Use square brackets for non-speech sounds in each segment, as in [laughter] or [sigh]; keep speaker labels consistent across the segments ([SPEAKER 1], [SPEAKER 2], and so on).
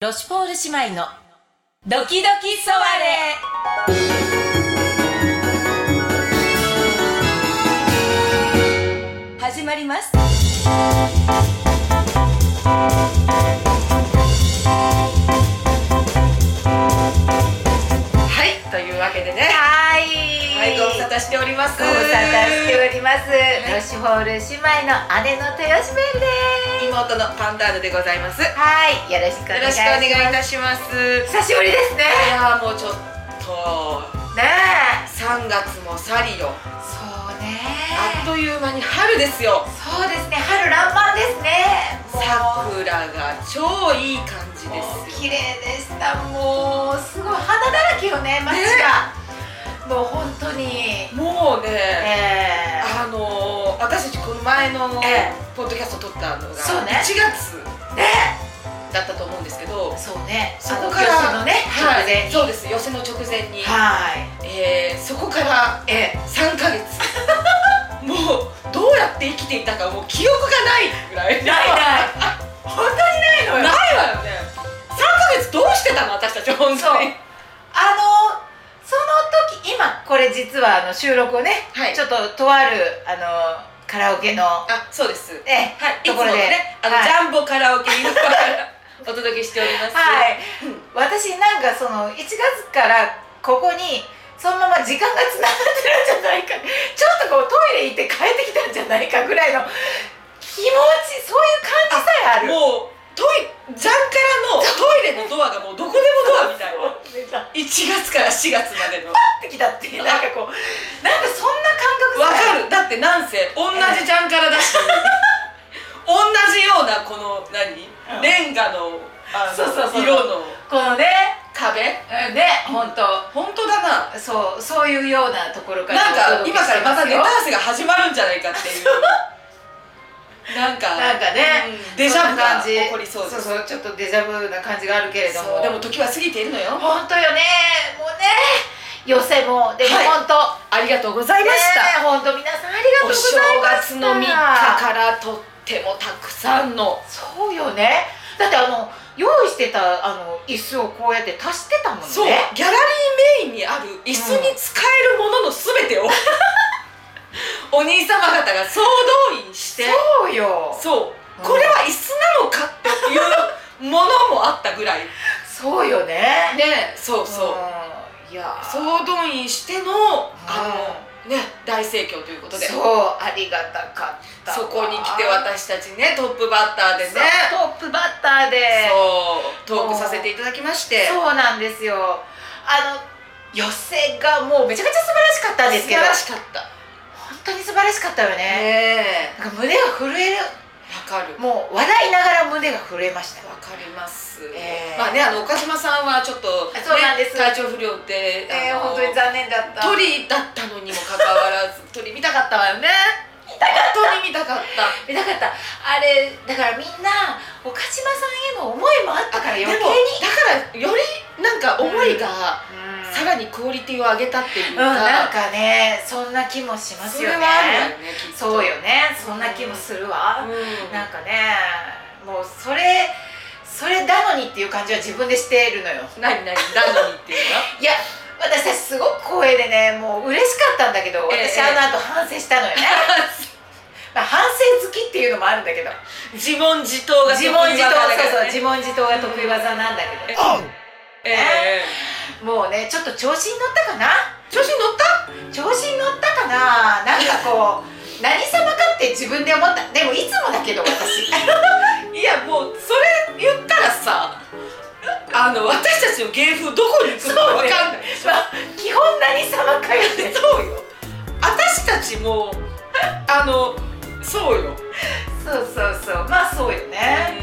[SPEAKER 1] ロシュポール姉妹のドキドキソワレ始まります
[SPEAKER 2] はい、というわけでね。
[SPEAKER 1] はい
[SPEAKER 2] はい、ご無沙汰しております。
[SPEAKER 1] ご無沙汰しております、
[SPEAKER 2] い
[SPEAKER 1] ロシュホール姉妹の姉の豊島エルです
[SPEAKER 2] 妹のパンターヌでございます。よ
[SPEAKER 1] はいよろしくお願い
[SPEAKER 2] ろし
[SPEAKER 1] し
[SPEAKER 2] くお願
[SPEAKER 1] ま
[SPEAKER 2] い
[SPEAKER 1] す
[SPEAKER 2] いたします。
[SPEAKER 1] 久しぶりですね
[SPEAKER 2] いやー、もうちょっと。
[SPEAKER 1] ねえ
[SPEAKER 2] 3月も去りよ。
[SPEAKER 1] そうね
[SPEAKER 2] あっという間に春ですよ。
[SPEAKER 1] そうですね春爛漫ですねもう
[SPEAKER 2] 桜が超いい感じで
[SPEAKER 1] もう
[SPEAKER 2] す
[SPEAKER 1] 綺
[SPEAKER 2] よ。
[SPEAKER 1] 麗でしたもうすごい花だらけよね街が、もう本当に
[SPEAKER 2] もう
[SPEAKER 1] ええ
[SPEAKER 2] ね、あのー、私たちこの前の
[SPEAKER 1] ええ
[SPEAKER 2] ポッドキャスト撮ったのが
[SPEAKER 1] そう
[SPEAKER 2] 1
[SPEAKER 1] ね
[SPEAKER 2] 月
[SPEAKER 1] ね
[SPEAKER 2] だったと思うんですけど、
[SPEAKER 1] そうね
[SPEAKER 2] そこから
[SPEAKER 1] あの寄席のね直前
[SPEAKER 2] はい、
[SPEAKER 1] に
[SPEAKER 2] そうです、寄せの直前に、
[SPEAKER 1] はい
[SPEAKER 2] えーそこから
[SPEAKER 1] ええ
[SPEAKER 2] 3ヶ [laughs] 月もうどうやって生きていたかもう記憶がないぐらい
[SPEAKER 1] ない
[SPEAKER 2] [laughs]
[SPEAKER 1] ない本当にないの
[SPEAKER 2] ない
[SPEAKER 1] よ
[SPEAKER 2] わよね3ヶ月どうしてたの私たち本
[SPEAKER 1] そう
[SPEAKER 2] 当に
[SPEAKER 1] あのその時今これ実はあの収録をね、
[SPEAKER 2] はい
[SPEAKER 1] ちょっととあるあのカラオケの、
[SPEAKER 2] あそうですは
[SPEAKER 1] ええ
[SPEAKER 2] いい
[SPEAKER 1] と
[SPEAKER 2] つ
[SPEAKER 1] こ
[SPEAKER 2] も
[SPEAKER 1] ろ
[SPEAKER 2] の
[SPEAKER 1] で
[SPEAKER 2] ねあの、
[SPEAKER 1] はい
[SPEAKER 2] ジャンボカラオケ犬からお届けしております
[SPEAKER 1] はい、
[SPEAKER 2] うん
[SPEAKER 1] 私なんかその1月からここにそのまま時間がつながってるんじゃないかちょっとこうトイレ行って帰ってきたんじゃないかぐらいの気持ちそういう感じさえある
[SPEAKER 2] もうトイジャンカラのトイレのドアがもうどこでもドアみたい [laughs] な
[SPEAKER 1] 目覚
[SPEAKER 2] 1月から4月までの
[SPEAKER 1] ってきたっていうなんかこうなんかそんな
[SPEAKER 2] わ
[SPEAKER 1] 感覚さ
[SPEAKER 2] か
[SPEAKER 1] えあ
[SPEAKER 2] るだってなんせ同じジャンカラだし、同じようなこの何
[SPEAKER 1] うん
[SPEAKER 2] レンガのあの
[SPEAKER 1] そうそうそう
[SPEAKER 2] 色の
[SPEAKER 1] このね
[SPEAKER 2] 壁
[SPEAKER 1] うんね本当
[SPEAKER 2] 本当だな
[SPEAKER 1] そうそういうようなところから
[SPEAKER 2] なんか今からまたネタ合わ
[SPEAKER 1] ね
[SPEAKER 2] せが始まるんじゃないかっていうなんか
[SPEAKER 1] なんかね、
[SPEAKER 2] うんデジャブが起こりそうです
[SPEAKER 1] そうそうちょっとデジャブな感じがあるけれど
[SPEAKER 2] そうでも時は過ぎているのよ
[SPEAKER 1] 本当よねもうね寄せもでも
[SPEAKER 2] はい
[SPEAKER 1] 本当、
[SPEAKER 2] ありがとうございまし
[SPEAKER 1] ねえ
[SPEAKER 2] た、
[SPEAKER 1] 本当皆さんありがとう
[SPEAKER 2] お
[SPEAKER 1] ご
[SPEAKER 2] 正
[SPEAKER 1] ざいました
[SPEAKER 2] 月の3日からとってもたくさんの
[SPEAKER 1] そうよねだってあの用意してたあの椅子をこうやって足してたもんね
[SPEAKER 2] そうギャラリーメインにある椅子に使えるものの全
[SPEAKER 1] [laughs]
[SPEAKER 2] てを、お兄様方が総動員して
[SPEAKER 1] そうよ
[SPEAKER 2] そう
[SPEAKER 1] うん
[SPEAKER 2] これは椅子なのかっていうものもあったぐらい
[SPEAKER 1] そうよね
[SPEAKER 2] ねそうそう、
[SPEAKER 1] うんいや
[SPEAKER 2] 総動員してのあのね大盛況ということで
[SPEAKER 1] そうありがたかったわ
[SPEAKER 2] そこに来て私たちねトップバッターでね
[SPEAKER 1] そうトップバッターで
[SPEAKER 2] そうトークさせていただきまして
[SPEAKER 1] そうなんですよあの寄せがもうめちゃくちゃ素晴らしかったんです
[SPEAKER 2] 素
[SPEAKER 1] け
[SPEAKER 2] 晴
[SPEAKER 1] ど
[SPEAKER 2] らしかった
[SPEAKER 1] 本当に素晴らしかったよね
[SPEAKER 2] ねえ
[SPEAKER 1] なんか胸が震える
[SPEAKER 2] わかる
[SPEAKER 1] もう笑いながら胸が震えました
[SPEAKER 2] わかります、
[SPEAKER 1] えー
[SPEAKER 2] まあねあの岡島さんはちょっと、ね、
[SPEAKER 1] そうなんです
[SPEAKER 2] 体調不良で、あの
[SPEAKER 1] 残念だっ見
[SPEAKER 2] 鳥だったのにもかかわら
[SPEAKER 1] [laughs]
[SPEAKER 2] ず鳥見たかったわよね
[SPEAKER 1] たかった
[SPEAKER 2] [laughs] 鳥見たかった
[SPEAKER 1] 見たかったあれだからみんな岡島さんへの思いもあったから余計に
[SPEAKER 2] でもだからよりなんか思いが
[SPEAKER 1] うん
[SPEAKER 2] さらにクオリティを上げたっていう
[SPEAKER 1] うん
[SPEAKER 2] か、
[SPEAKER 1] なんかねそんな気もします
[SPEAKER 2] そ
[SPEAKER 1] よ
[SPEAKER 2] れ
[SPEAKER 1] ね
[SPEAKER 2] はあるわよねきっと
[SPEAKER 1] そうよねそんな気もするわ、
[SPEAKER 2] うん
[SPEAKER 1] なんかねもうそれそれなのにっていう感じは自分でしているのよ
[SPEAKER 2] 何何なのにっていうか
[SPEAKER 1] [laughs] いや私たちすごく光栄でねもう嬉しかったんだけど
[SPEAKER 2] ええ
[SPEAKER 1] 私あの後反省したのよね、まあ、反省好きっていうのもあるんだけど
[SPEAKER 2] 自問自答が
[SPEAKER 1] 自問自答
[SPEAKER 2] 得意技だか
[SPEAKER 1] そうそう
[SPEAKER 2] らね
[SPEAKER 1] 自問自答が得意技なんだけど、
[SPEAKER 2] ええ
[SPEAKER 1] もうねちょっと調子に乗ったかな
[SPEAKER 2] 調子に乗った
[SPEAKER 1] 調子に乗ったかななんかこう [laughs] 何様かって自分で思ったでもいつもだけど
[SPEAKER 2] [laughs]
[SPEAKER 1] 私
[SPEAKER 2] いやもうそれ言ったらさあの私たちの芸風どこに行くのか分かんないでしょ
[SPEAKER 1] まあ基本何様かよね
[SPEAKER 2] そうよ私たちもあのそうよ
[SPEAKER 1] そうそうそうまあそうよね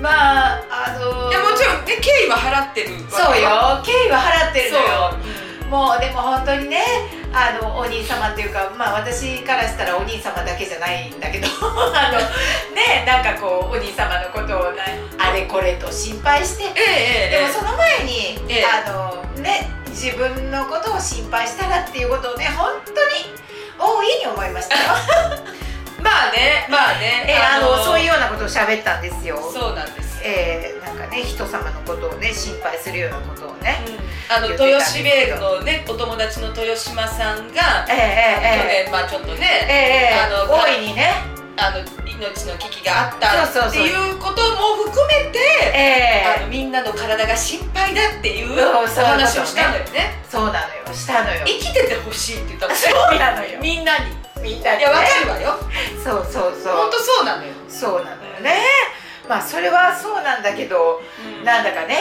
[SPEAKER 1] まああの
[SPEAKER 2] いやもちろんね敬意は払ってるわ
[SPEAKER 1] そうよ敬意は払ってるのよ
[SPEAKER 2] そう
[SPEAKER 1] もうでも本当にねあのお兄様っていうかまあ私からしたらお兄様だけじゃないんだけど [laughs] あのねなんかこうお兄様のことをなあれこれと心配して
[SPEAKER 2] ええ
[SPEAKER 1] で
[SPEAKER 2] ええ
[SPEAKER 1] もその前に、
[SPEAKER 2] ええ
[SPEAKER 1] あのね自分のことを心配したらっていうことをね本当に大いに思いましたよ、
[SPEAKER 2] [laughs] まあねまあね
[SPEAKER 1] えあのそういう
[SPEAKER 2] う
[SPEAKER 1] ようなことを喋ったんですよ
[SPEAKER 2] そうなんですよ
[SPEAKER 1] えー、なんかからね人様のことをね心配するようなことをね、
[SPEAKER 2] あの
[SPEAKER 1] 言ってたんで
[SPEAKER 2] 豊
[SPEAKER 1] す
[SPEAKER 2] 島
[SPEAKER 1] け
[SPEAKER 2] 米
[SPEAKER 1] ど
[SPEAKER 2] のねお友達の豊島さんが
[SPEAKER 1] ええええ
[SPEAKER 2] 去年まあちょっと
[SPEAKER 1] え
[SPEAKER 2] ね
[SPEAKER 1] ええ
[SPEAKER 2] あの
[SPEAKER 1] 大いにね
[SPEAKER 2] あの命の危機があった
[SPEAKER 1] そうそう
[SPEAKER 2] って
[SPEAKER 1] そう
[SPEAKER 2] いうことも含めてあ
[SPEAKER 1] ええ
[SPEAKER 2] のみんなの体が心配だっていう
[SPEAKER 1] そうそういう
[SPEAKER 2] お
[SPEAKER 1] ことね
[SPEAKER 2] 話をしたのよね
[SPEAKER 1] そうなのよしたのよ
[SPEAKER 2] 生きててほしいって言ったの
[SPEAKER 1] そうなのよ
[SPEAKER 2] みんなに
[SPEAKER 1] みんなで
[SPEAKER 2] いやわ
[SPEAKER 1] ね
[SPEAKER 2] かるわよ
[SPEAKER 1] そうそうそ
[SPEAKER 2] 本
[SPEAKER 1] う
[SPEAKER 2] 当そうなのよ
[SPEAKER 1] そうなのよねまあそれはそうなんだけどなんだかね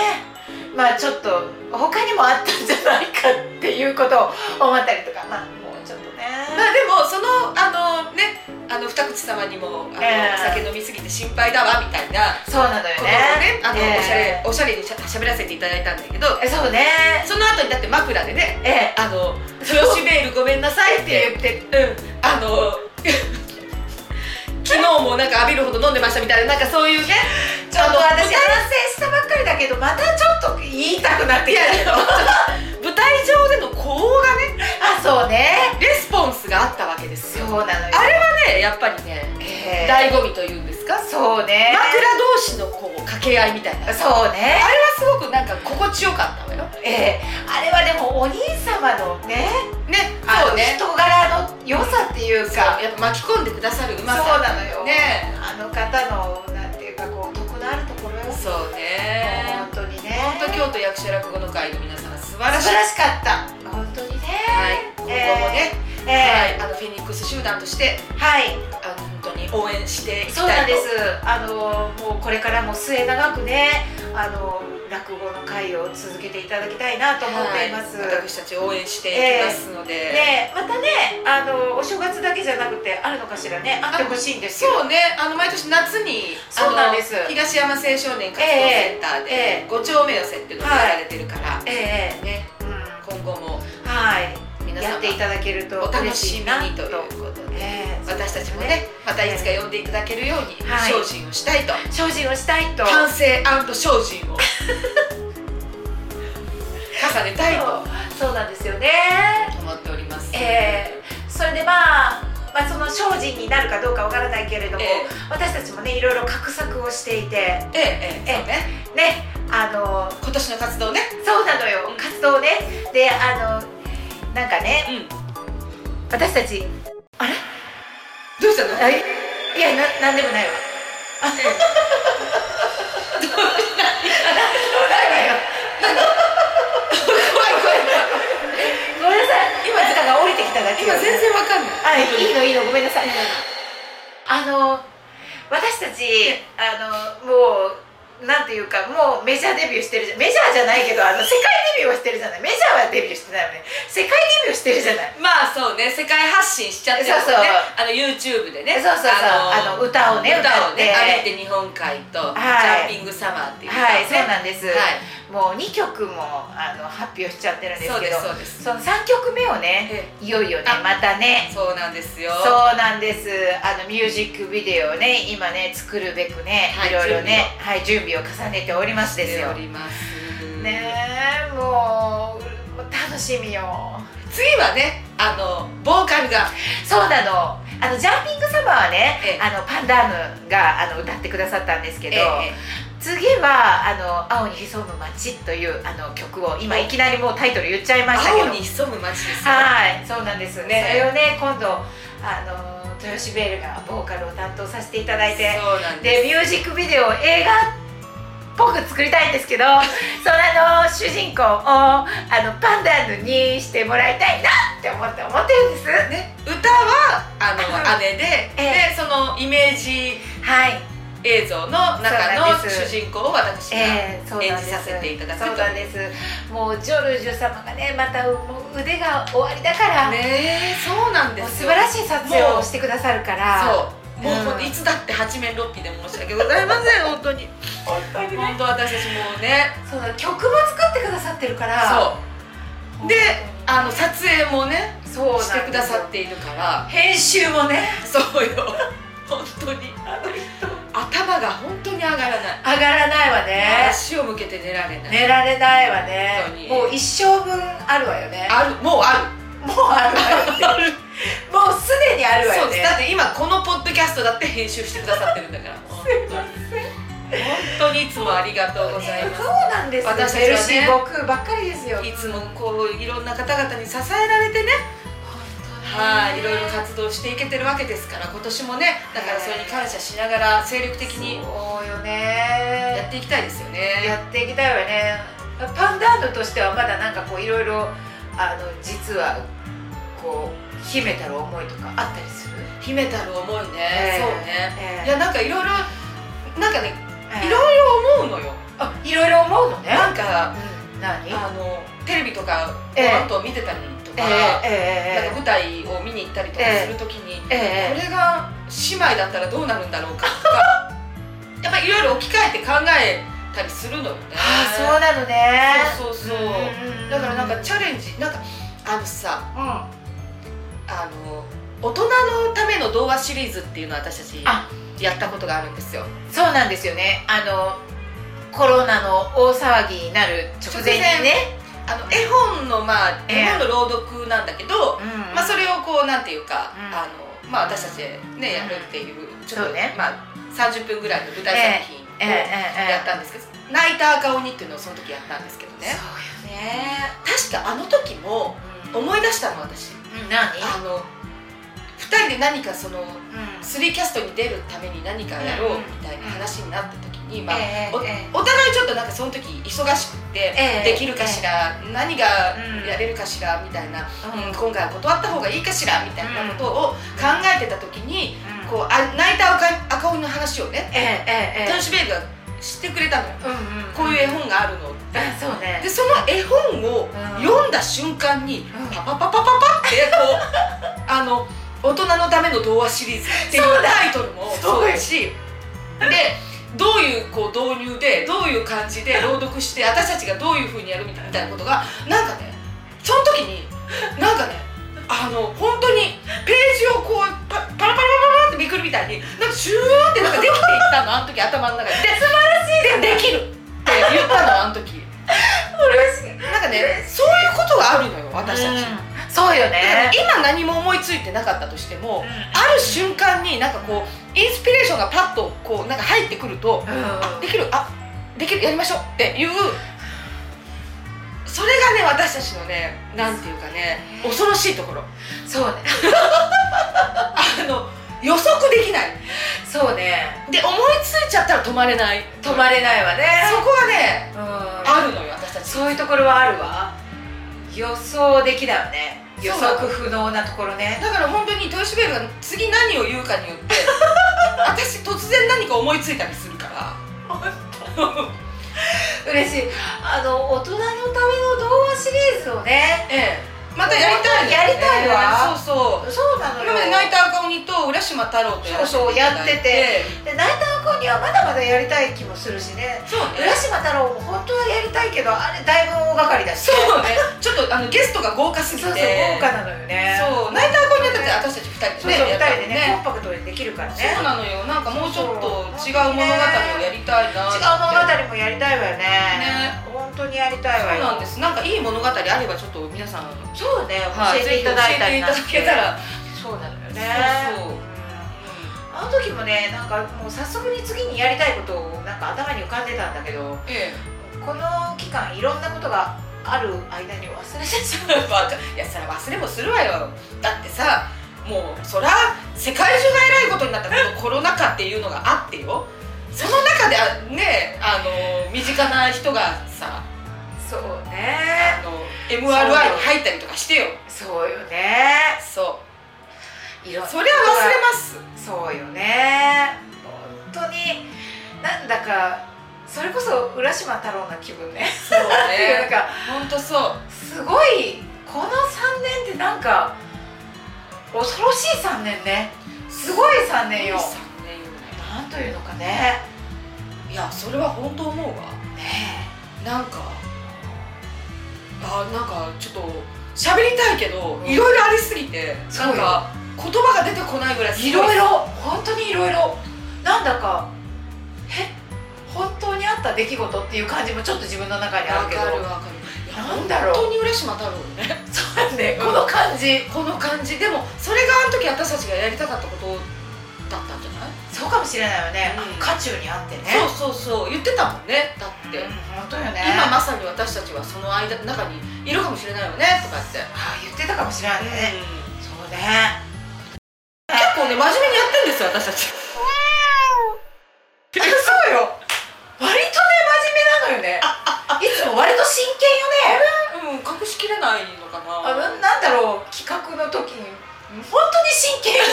[SPEAKER 1] まあちょっと他にもあったんじゃないかっていうことを思ったりとかまあもうちょっとね
[SPEAKER 2] まあでもそのあのねあの二口様にもあの、
[SPEAKER 1] ええ
[SPEAKER 2] お酒飲みすぎて心配だわみたいな
[SPEAKER 1] そうなのよ
[SPEAKER 2] ことを
[SPEAKER 1] ね
[SPEAKER 2] ねあの
[SPEAKER 1] ええ
[SPEAKER 2] おしゃれおしゃれにしゃしゃべらせていただいたんだけど
[SPEAKER 1] えそうね
[SPEAKER 2] その後にだって枕でね
[SPEAKER 1] ええ
[SPEAKER 2] 「あの豊島メールごめんなさい」って言って、うん、あの [laughs] 昨日もなんか浴びるほど飲んでましたみたいななんかそういうね
[SPEAKER 1] ちょっと
[SPEAKER 2] あの
[SPEAKER 1] 私反省したばっかりだけどまたちょっと言いたくなってきたよ
[SPEAKER 2] 舞台上でのこうがね
[SPEAKER 1] あそうね
[SPEAKER 2] レスポンスがあったわけです
[SPEAKER 1] そ
[SPEAKER 2] よ。
[SPEAKER 1] うなのよ
[SPEAKER 2] あれはねやっぱりね
[SPEAKER 1] ええ
[SPEAKER 2] 醍醐味というんですか
[SPEAKER 1] そうね
[SPEAKER 2] 枕同士のこう掛け合いみたいなう
[SPEAKER 1] そうね
[SPEAKER 2] あれはすごくなんか心地よかったわよ
[SPEAKER 1] ええあれはでもお兄様のね
[SPEAKER 2] ね
[SPEAKER 1] あの
[SPEAKER 2] そうね
[SPEAKER 1] 人柄の良さっていう
[SPEAKER 2] そう
[SPEAKER 1] か
[SPEAKER 2] やっぱ巻き込んでくださるう
[SPEAKER 1] そう
[SPEAKER 2] まさ
[SPEAKER 1] なのよ、
[SPEAKER 2] ね
[SPEAKER 1] あの方のなんていうかこう毒のあるところよ
[SPEAKER 2] そう
[SPEAKER 1] 本
[SPEAKER 2] ね
[SPEAKER 1] 当にね
[SPEAKER 2] 本当京都役者落語の会の皆さん素晴ら
[SPEAKER 1] 素
[SPEAKER 2] し
[SPEAKER 1] 晴
[SPEAKER 2] い
[SPEAKER 1] らしかった本当にね
[SPEAKER 2] はい今後もね、
[SPEAKER 1] ええ
[SPEAKER 2] はい、あのフェニックス集団として
[SPEAKER 1] はい
[SPEAKER 2] あの本当に応援していきたいと
[SPEAKER 1] そうなんです。あのもうこれからも末永くね、あの落語の会を続けていただきたいなと思っています。
[SPEAKER 2] はい私たち応援していきますので、
[SPEAKER 1] で、またね、あのお正月だけじゃなくてあるのかしらね、あってほしいんですよ。
[SPEAKER 2] そうね、あの毎年夏にあの
[SPEAKER 1] そうなんです
[SPEAKER 2] 東山青少年活動センタ
[SPEAKER 1] え
[SPEAKER 2] ー
[SPEAKER 1] え
[SPEAKER 2] で5丁目寄せっていうのをやられてるから、
[SPEAKER 1] ええ
[SPEAKER 2] ね、
[SPEAKER 1] うん、
[SPEAKER 2] 今後も
[SPEAKER 1] はい、
[SPEAKER 2] 皆
[SPEAKER 1] や
[SPEAKER 2] 様
[SPEAKER 1] っていただけると
[SPEAKER 2] お楽
[SPEAKER 1] 嬉
[SPEAKER 2] し
[SPEAKER 1] しいな
[SPEAKER 2] みにということで、
[SPEAKER 1] ええ
[SPEAKER 2] 私たちもねまたいつか呼んでいただけるように
[SPEAKER 1] はい
[SPEAKER 2] 精進をしたいと、
[SPEAKER 1] 精進をしたいと。
[SPEAKER 2] 反省精進を
[SPEAKER 1] [laughs]
[SPEAKER 2] 重ねたいと
[SPEAKER 1] そうなんですよね。
[SPEAKER 2] 思っております、
[SPEAKER 1] えーそれでまあ、まあ、その精進になるかどうかわからないけれども、
[SPEAKER 2] ええ
[SPEAKER 1] 私たちもねいろいろ画策をしていて
[SPEAKER 2] ええええそうね
[SPEAKER 1] ねあの
[SPEAKER 2] 今年の活動ね、
[SPEAKER 1] そうなのよ活動ねであのなんかね
[SPEAKER 2] うん、
[SPEAKER 1] 私たち
[SPEAKER 2] どうしたの
[SPEAKER 1] あいいやななんでもないわ
[SPEAKER 2] 怖い怖い怖い
[SPEAKER 1] ごめんなさい今なんかが降りてきただけ
[SPEAKER 2] 今全然わかん
[SPEAKER 1] あ
[SPEAKER 2] ない
[SPEAKER 1] いいのいいのごめんなさいあの私たちあのもうなんていうかもうメジャーデビューしてるじゃんメジャーじゃないけどあの世界デビューはしてるじゃないメジャーはデビューしてないよね世界デビューしてるじゃない
[SPEAKER 2] まあそうね世界発信しちゃってるも
[SPEAKER 1] そうそう
[SPEAKER 2] んねあの YouTube でね
[SPEAKER 1] そうそうそうあの歌をね
[SPEAKER 2] 歌をね
[SPEAKER 1] 歌って
[SPEAKER 2] 歩いて日本海と、
[SPEAKER 1] はい
[SPEAKER 2] ジャンピングサマーっていう歌をね
[SPEAKER 1] はいそうなんです、
[SPEAKER 2] はい
[SPEAKER 1] もう2曲もあの発表しちゃってるんで
[SPEAKER 2] そ
[SPEAKER 1] す
[SPEAKER 2] う
[SPEAKER 1] け
[SPEAKER 2] で
[SPEAKER 1] ど
[SPEAKER 2] すそうです
[SPEAKER 1] その3曲目をね
[SPEAKER 2] え
[SPEAKER 1] いよいよね
[SPEAKER 2] あ
[SPEAKER 1] またね
[SPEAKER 2] えそうなんですよ
[SPEAKER 1] そうなんですあのミュージックビデオをね今ね作るべくね、
[SPEAKER 2] はい
[SPEAKER 1] い、ろいろねはい準備を重ねておりますですよ
[SPEAKER 2] しております
[SPEAKER 1] ねえもうもう楽しみよ
[SPEAKER 2] 次はねあのボーカルが
[SPEAKER 1] そうなのあのジャンピングサマーはね、
[SPEAKER 2] ええ
[SPEAKER 1] あのパンダームがあの歌ってくださったんですけど、
[SPEAKER 2] え
[SPEAKER 1] 次はあの「青に潜む街」というあの曲を今いきなりもうタイトル言っちゃいましたけど
[SPEAKER 2] 青に潜む街ですよ
[SPEAKER 1] はいそうなんです、
[SPEAKER 2] ね
[SPEAKER 1] それをね今度あの豊洲ベールがボーカルを担当させていただいて
[SPEAKER 2] そうなんです
[SPEAKER 1] でミュージックビデオを映画っぽく作りたいんです
[SPEAKER 2] [laughs]
[SPEAKER 1] けどそのあの主人公をあのパンダーヌにしてもらいたいなって思って思ってるんです
[SPEAKER 2] ね歌はあ
[SPEAKER 1] は
[SPEAKER 2] の姉で、
[SPEAKER 1] え
[SPEAKER 2] でそのイメージ
[SPEAKER 1] はい、
[SPEAKER 2] 映像の中
[SPEAKER 1] そうなん
[SPEAKER 2] の
[SPEAKER 1] です
[SPEAKER 2] 主人公を私が、
[SPEAKER 1] えー、そうなんです
[SPEAKER 2] 演じさせていただくと
[SPEAKER 1] そうなんですもうジョルジュ様がねまたもう腕が終わりだから、
[SPEAKER 2] ねえそうなんで
[SPEAKER 1] もう素
[SPEAKER 2] す
[SPEAKER 1] 晴
[SPEAKER 2] よ
[SPEAKER 1] らしい撮影をしてくださるから
[SPEAKER 2] そうもうほんと、
[SPEAKER 1] うん
[SPEAKER 2] いつだって八面六臂で申し訳ござい
[SPEAKER 1] [laughs]
[SPEAKER 2] ません本当に
[SPEAKER 1] 本当に
[SPEAKER 2] 本当私たちもうね
[SPEAKER 1] そうだ曲も作ってくださってるから
[SPEAKER 2] そうであの撮影もね
[SPEAKER 1] そうなんです
[SPEAKER 2] してくださっているから [laughs]
[SPEAKER 1] 編集もね
[SPEAKER 2] そうよ本当に頭が本当に上がらない、
[SPEAKER 1] 上がらないわね
[SPEAKER 2] 足を向けて寝られない、
[SPEAKER 1] 寝られないわ
[SPEAKER 2] 本当
[SPEAKER 1] ね
[SPEAKER 2] に
[SPEAKER 1] もう一生分あるわよね
[SPEAKER 2] あるもうある
[SPEAKER 1] もうあるわよ
[SPEAKER 2] [laughs] ある
[SPEAKER 1] [laughs] もうすでにあるわ
[SPEAKER 2] そ
[SPEAKER 1] よ
[SPEAKER 2] うです
[SPEAKER 1] ね
[SPEAKER 2] [laughs] だって今このポッドキャストだって編集してくださってるんだから本当に本当にいつもありがとうございます
[SPEAKER 1] そうなんですよ
[SPEAKER 2] 私たちはね
[SPEAKER 1] ヘルシー悟空ばっかりですよ
[SPEAKER 2] いつもこういろんな方々に支えられてねはい、いろいろ活動していけてるわけですから今年もねだからそれに感謝しながら精力的に
[SPEAKER 1] そうよ
[SPEAKER 2] やっ
[SPEAKER 1] ね
[SPEAKER 2] ていきたいですよね
[SPEAKER 1] やっていきたいわねパンダーノとしてはまだなんかこういろいろあの実はこう秘めたる思いとかあったりする、
[SPEAKER 2] 秘めたる思いね、そうね
[SPEAKER 1] ええ
[SPEAKER 2] いやなんかいろいろなんかね
[SPEAKER 1] ええ
[SPEAKER 2] いろいろ思うのよ
[SPEAKER 1] あいろいろ思うのね
[SPEAKER 2] なんか
[SPEAKER 1] うん何
[SPEAKER 2] あのテレビとか
[SPEAKER 1] ええ
[SPEAKER 2] あと見てたりとか,、なんか
[SPEAKER 1] え
[SPEAKER 2] 舞台を見に行ったりとか
[SPEAKER 1] ええ
[SPEAKER 2] するときに、
[SPEAKER 1] えええ
[SPEAKER 2] これが姉妹だったらどうなるんだろうかとか [laughs] やっぱりいろいろ置き換えて考えたりするのよね
[SPEAKER 1] ああそうなのね
[SPEAKER 2] そうそうそう、
[SPEAKER 1] うん
[SPEAKER 2] だからなんかチャレンジなんかあのさ
[SPEAKER 1] うんあ
[SPEAKER 2] あの大人のための童話シリーズっていうのを私た
[SPEAKER 1] あ
[SPEAKER 2] ちやったことがあるんですよ
[SPEAKER 1] そうなんですよねあのコロナの大騒ぎになる直前にね、
[SPEAKER 2] あの絵本のまあ
[SPEAKER 1] ええ
[SPEAKER 2] 絵本の朗読なんだけど、
[SPEAKER 1] うん
[SPEAKER 2] まあ、それをこうなんていうか、
[SPEAKER 1] うん
[SPEAKER 2] あのまあ、私たちでねやるっていうち
[SPEAKER 1] そ
[SPEAKER 2] ょっと、
[SPEAKER 1] うね
[SPEAKER 2] まあ、30分ぐらいの舞台作品
[SPEAKER 1] ええ
[SPEAKER 2] を
[SPEAKER 1] ええ
[SPEAKER 2] やったんですけど「泣いた赤鬼」っていうのをその時やったんですけど
[SPEAKER 1] ね
[SPEAKER 2] ね確かあの時も
[SPEAKER 1] そうよね
[SPEAKER 2] 思い出したの私
[SPEAKER 1] うん何
[SPEAKER 2] あの2人で何かその
[SPEAKER 1] うん
[SPEAKER 2] スリーキャストに出るために何かやろうみたいな話になった時に、まあ、おお互いちょっとなんかその時忙しくて、
[SPEAKER 1] ええ
[SPEAKER 2] できるかしら、何が
[SPEAKER 1] うん
[SPEAKER 2] やれるかしらみたいな、
[SPEAKER 1] う
[SPEAKER 2] うん
[SPEAKER 1] ん
[SPEAKER 2] 今回は断った方がいいかしらみたいなことを考えてた時に、
[SPEAKER 1] うん
[SPEAKER 2] こうあ泣いた赤赤鬼の話をね
[SPEAKER 1] ええええ
[SPEAKER 2] トンシュベイが知ってくれたのよ、
[SPEAKER 1] うんうん
[SPEAKER 2] こういう絵本があるのって。
[SPEAKER 1] あそうね
[SPEAKER 2] でその絵本
[SPEAKER 1] う
[SPEAKER 2] を
[SPEAKER 1] ん
[SPEAKER 2] 読んだ瞬間に、
[SPEAKER 1] うん
[SPEAKER 2] パパパパパパってこうあの大人のための童話シリーズっていう
[SPEAKER 1] そうだ
[SPEAKER 2] タイトルもそうだしでどういうこう導入でどういう感じで朗読して私たちがどういうふうにやるみたいなことがなんかねその時になんかねあの本当にページをこうパパラパラパラパラってめくるみたいになんかシューってなんかできていったのあの時頭の中でで素晴らしいでできるって言ったのあの時
[SPEAKER 1] 嬉しい
[SPEAKER 2] なんかねそういうことがあるのよ私たち、だか
[SPEAKER 1] うんそうよ
[SPEAKER 2] ら
[SPEAKER 1] ね
[SPEAKER 2] 今何も思いついてなかったとしても、
[SPEAKER 1] うん
[SPEAKER 2] ある瞬間になんかこうインスピレーションがパッとこうなんか入ってくると、
[SPEAKER 1] うん
[SPEAKER 2] できるあできるやりましょうっていうそれがね私たちのねなんていうかね
[SPEAKER 1] そうね
[SPEAKER 2] 恐ろしいところ
[SPEAKER 1] そうね
[SPEAKER 2] あの予測できない
[SPEAKER 1] そうね
[SPEAKER 2] で思いついちゃったら止まれない
[SPEAKER 1] 止まれないわ
[SPEAKER 2] そ
[SPEAKER 1] ね
[SPEAKER 2] こはね
[SPEAKER 1] うん
[SPEAKER 2] あるのよ私たち
[SPEAKER 1] そういうところはあるわ予想できないよね予
[SPEAKER 2] そうなの
[SPEAKER 1] 測不能なところね
[SPEAKER 2] だから本当に豊島ベルが次何を言うかによって
[SPEAKER 1] [laughs]
[SPEAKER 2] 私突然何か思いついたりするから
[SPEAKER 1] 嬉しいあの大人のための童話シリーズをね
[SPEAKER 2] ええまたやりたいのよ
[SPEAKER 1] やりたいわ
[SPEAKER 2] そうそう
[SPEAKER 1] そうなの
[SPEAKER 2] 今まで泣いた赤鬼と浦島太郎とらせ
[SPEAKER 1] そうそう
[SPEAKER 2] いただ
[SPEAKER 1] や
[SPEAKER 2] い
[SPEAKER 1] っててで泣いた子にはまだまだやりたい気もするしね
[SPEAKER 2] そう
[SPEAKER 1] 浦
[SPEAKER 2] ね
[SPEAKER 1] 島太郎も本当はやりたいけどあれだいぶ大掛かりだし
[SPEAKER 2] そうねちょっとあのゲストが豪華す
[SPEAKER 1] そう
[SPEAKER 2] ぎて
[SPEAKER 1] そう豪華なのよね
[SPEAKER 2] そう泣いた赤鬼はだって私たち
[SPEAKER 1] そう
[SPEAKER 2] 二人で
[SPEAKER 1] そう2
[SPEAKER 2] ねやったもん
[SPEAKER 1] 人でねコンパクトにできるからね
[SPEAKER 2] そうなのよなんかもうちょっと違う物語をやりたいなっ
[SPEAKER 1] 違
[SPEAKER 2] て
[SPEAKER 1] う物語もやりたいわよね
[SPEAKER 2] ね
[SPEAKER 1] 本当にやりたいわ
[SPEAKER 2] そう
[SPEAKER 1] よ
[SPEAKER 2] なんですなんかいい物語あればちょっと皆さん
[SPEAKER 1] そうね
[SPEAKER 2] はい
[SPEAKER 1] 教えていただいたりなんて
[SPEAKER 2] 教えていただけたら
[SPEAKER 1] そうなのよね
[SPEAKER 2] そうそう
[SPEAKER 1] うんあの時もねなんかもう早速に次にやりたいことをなんか頭に浮かんでたんだけど
[SPEAKER 2] ええ
[SPEAKER 1] この期間いろんなことがある間に忘れちゃった
[SPEAKER 2] バ [laughs] カいやそれ忘れもするわよだってさもうそら世界中が偉いことになったこのコロナ禍っていうのがあってよその中であねあの身近な人がさ
[SPEAKER 1] そう
[SPEAKER 2] あ
[SPEAKER 1] ね
[SPEAKER 2] の MRI に入ったりとかしてよ
[SPEAKER 1] そうよね
[SPEAKER 2] そ
[SPEAKER 1] いろん
[SPEAKER 2] う
[SPEAKER 1] な
[SPEAKER 2] そりゃ忘れます
[SPEAKER 1] そうよね本当になんだかそれこそ浦島太郎な気分ね
[SPEAKER 2] そう
[SPEAKER 1] [laughs] なん
[SPEAKER 2] ね
[SPEAKER 1] か
[SPEAKER 2] ほんとそう
[SPEAKER 1] すごいこの3年ってなんか恐ろしい3年ねすごい3年よ
[SPEAKER 2] いい三年よね
[SPEAKER 1] なんというのかね
[SPEAKER 2] いやそれは本当思うわ
[SPEAKER 1] ね
[SPEAKER 2] なんかあなんかちょっと喋りたいけど、
[SPEAKER 1] うん
[SPEAKER 2] いろいろありすぎて
[SPEAKER 1] そう
[SPEAKER 2] な
[SPEAKER 1] よ
[SPEAKER 2] んか言葉が出てこないぐらいすご
[SPEAKER 1] いろいろ本当にいろいろなんだかえ本当にあった出来事っていう感じもちょっと自分の中にあ
[SPEAKER 2] わ
[SPEAKER 1] るけ
[SPEAKER 2] か
[SPEAKER 1] ど
[SPEAKER 2] るわかるいや
[SPEAKER 1] なんだろう
[SPEAKER 2] 本当に浦島太郎よ [laughs] ね
[SPEAKER 1] そうねこの感じ
[SPEAKER 2] この感じでもそれがあの時私たちがやりたかったことだったんじゃない
[SPEAKER 1] そうそうかもしれないよね、
[SPEAKER 2] うん
[SPEAKER 1] 渦中にあってね
[SPEAKER 2] そうそうそう言ってたもんねだって、
[SPEAKER 1] うん本当よね
[SPEAKER 2] 今まさに私たちはその間中にいるかもしれないよねとかって、
[SPEAKER 1] あ言ってたかもしれないね、そうね
[SPEAKER 2] 結構ね真面目にやってんですよ私た [laughs] ち
[SPEAKER 1] そうよ割とね真面目なのよねいつも割と真剣よね
[SPEAKER 2] うん隠しきれないのか
[SPEAKER 1] あ
[SPEAKER 2] な
[SPEAKER 1] のなんだろう企画の時に本当に真剣よね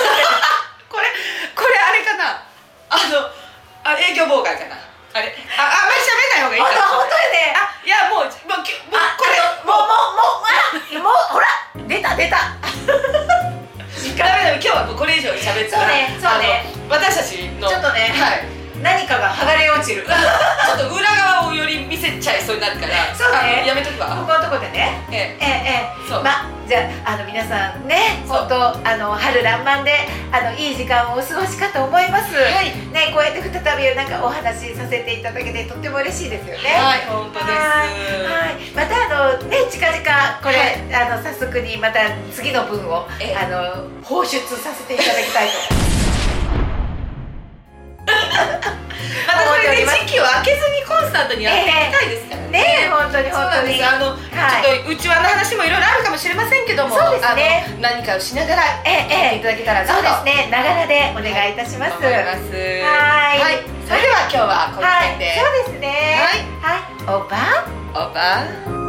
[SPEAKER 1] これ
[SPEAKER 2] これあれかなあのあ営業妨害かなあれああんまり喋んない方がいい
[SPEAKER 1] あ
[SPEAKER 2] か
[SPEAKER 1] 本
[SPEAKER 2] な
[SPEAKER 1] 当よねあ
[SPEAKER 2] いやもうもうきもう
[SPEAKER 1] あこ
[SPEAKER 2] こ
[SPEAKER 1] れ
[SPEAKER 2] れ
[SPEAKER 1] もうもうもうあもうほら出た出た時間
[SPEAKER 2] ダメだ今日はもうこれ以上喋ったら
[SPEAKER 1] そうねそうね
[SPEAKER 2] あの私たちの
[SPEAKER 1] ちょっとね
[SPEAKER 2] はい
[SPEAKER 1] 何かが剥がれ落ちるこ
[SPEAKER 2] ちょっと裏側をより見せちゃいそうになるから
[SPEAKER 1] そうね
[SPEAKER 2] あのやめとくわ、
[SPEAKER 1] このとこでね
[SPEAKER 2] ええ、
[SPEAKER 1] ええええ
[SPEAKER 2] そう、
[SPEAKER 1] まじゃああの皆さんね
[SPEAKER 2] そう
[SPEAKER 1] 本当あの春らんまんであのいい時間をお過ごしかと思います、
[SPEAKER 2] はい
[SPEAKER 1] ねこうやって再びなんかお話しさせていただけてとっても嬉しいですよね
[SPEAKER 2] はい本当です
[SPEAKER 1] はい、またあのね近々これ、あの早速にまた次の分を
[SPEAKER 2] ええ
[SPEAKER 1] あの放出させていただきたいと
[SPEAKER 2] またこれね時期を空けずにコンスタントにやっていきたいです [laughs] からね、
[SPEAKER 1] ねえ本当に
[SPEAKER 2] そう
[SPEAKER 1] 本
[SPEAKER 2] な
[SPEAKER 1] 当
[SPEAKER 2] んで
[SPEAKER 1] に
[SPEAKER 2] すあの、
[SPEAKER 1] はい
[SPEAKER 2] ちょっとうちわの話もいろいろあるかもしれませんけども
[SPEAKER 1] そうですね
[SPEAKER 2] あの何かをしながら
[SPEAKER 1] ええ
[SPEAKER 2] やって
[SPEAKER 1] え
[SPEAKER 2] い
[SPEAKER 1] え
[SPEAKER 2] ただけたらな
[SPEAKER 1] そう
[SPEAKER 2] と
[SPEAKER 1] ですねながらでお願いいたします、
[SPEAKER 2] 思います
[SPEAKER 1] はい
[SPEAKER 2] はいそれでは今日はこの
[SPEAKER 1] は
[SPEAKER 2] 辺
[SPEAKER 1] い
[SPEAKER 2] で、
[SPEAKER 1] そうですねはい、はい、おばん
[SPEAKER 2] オーバー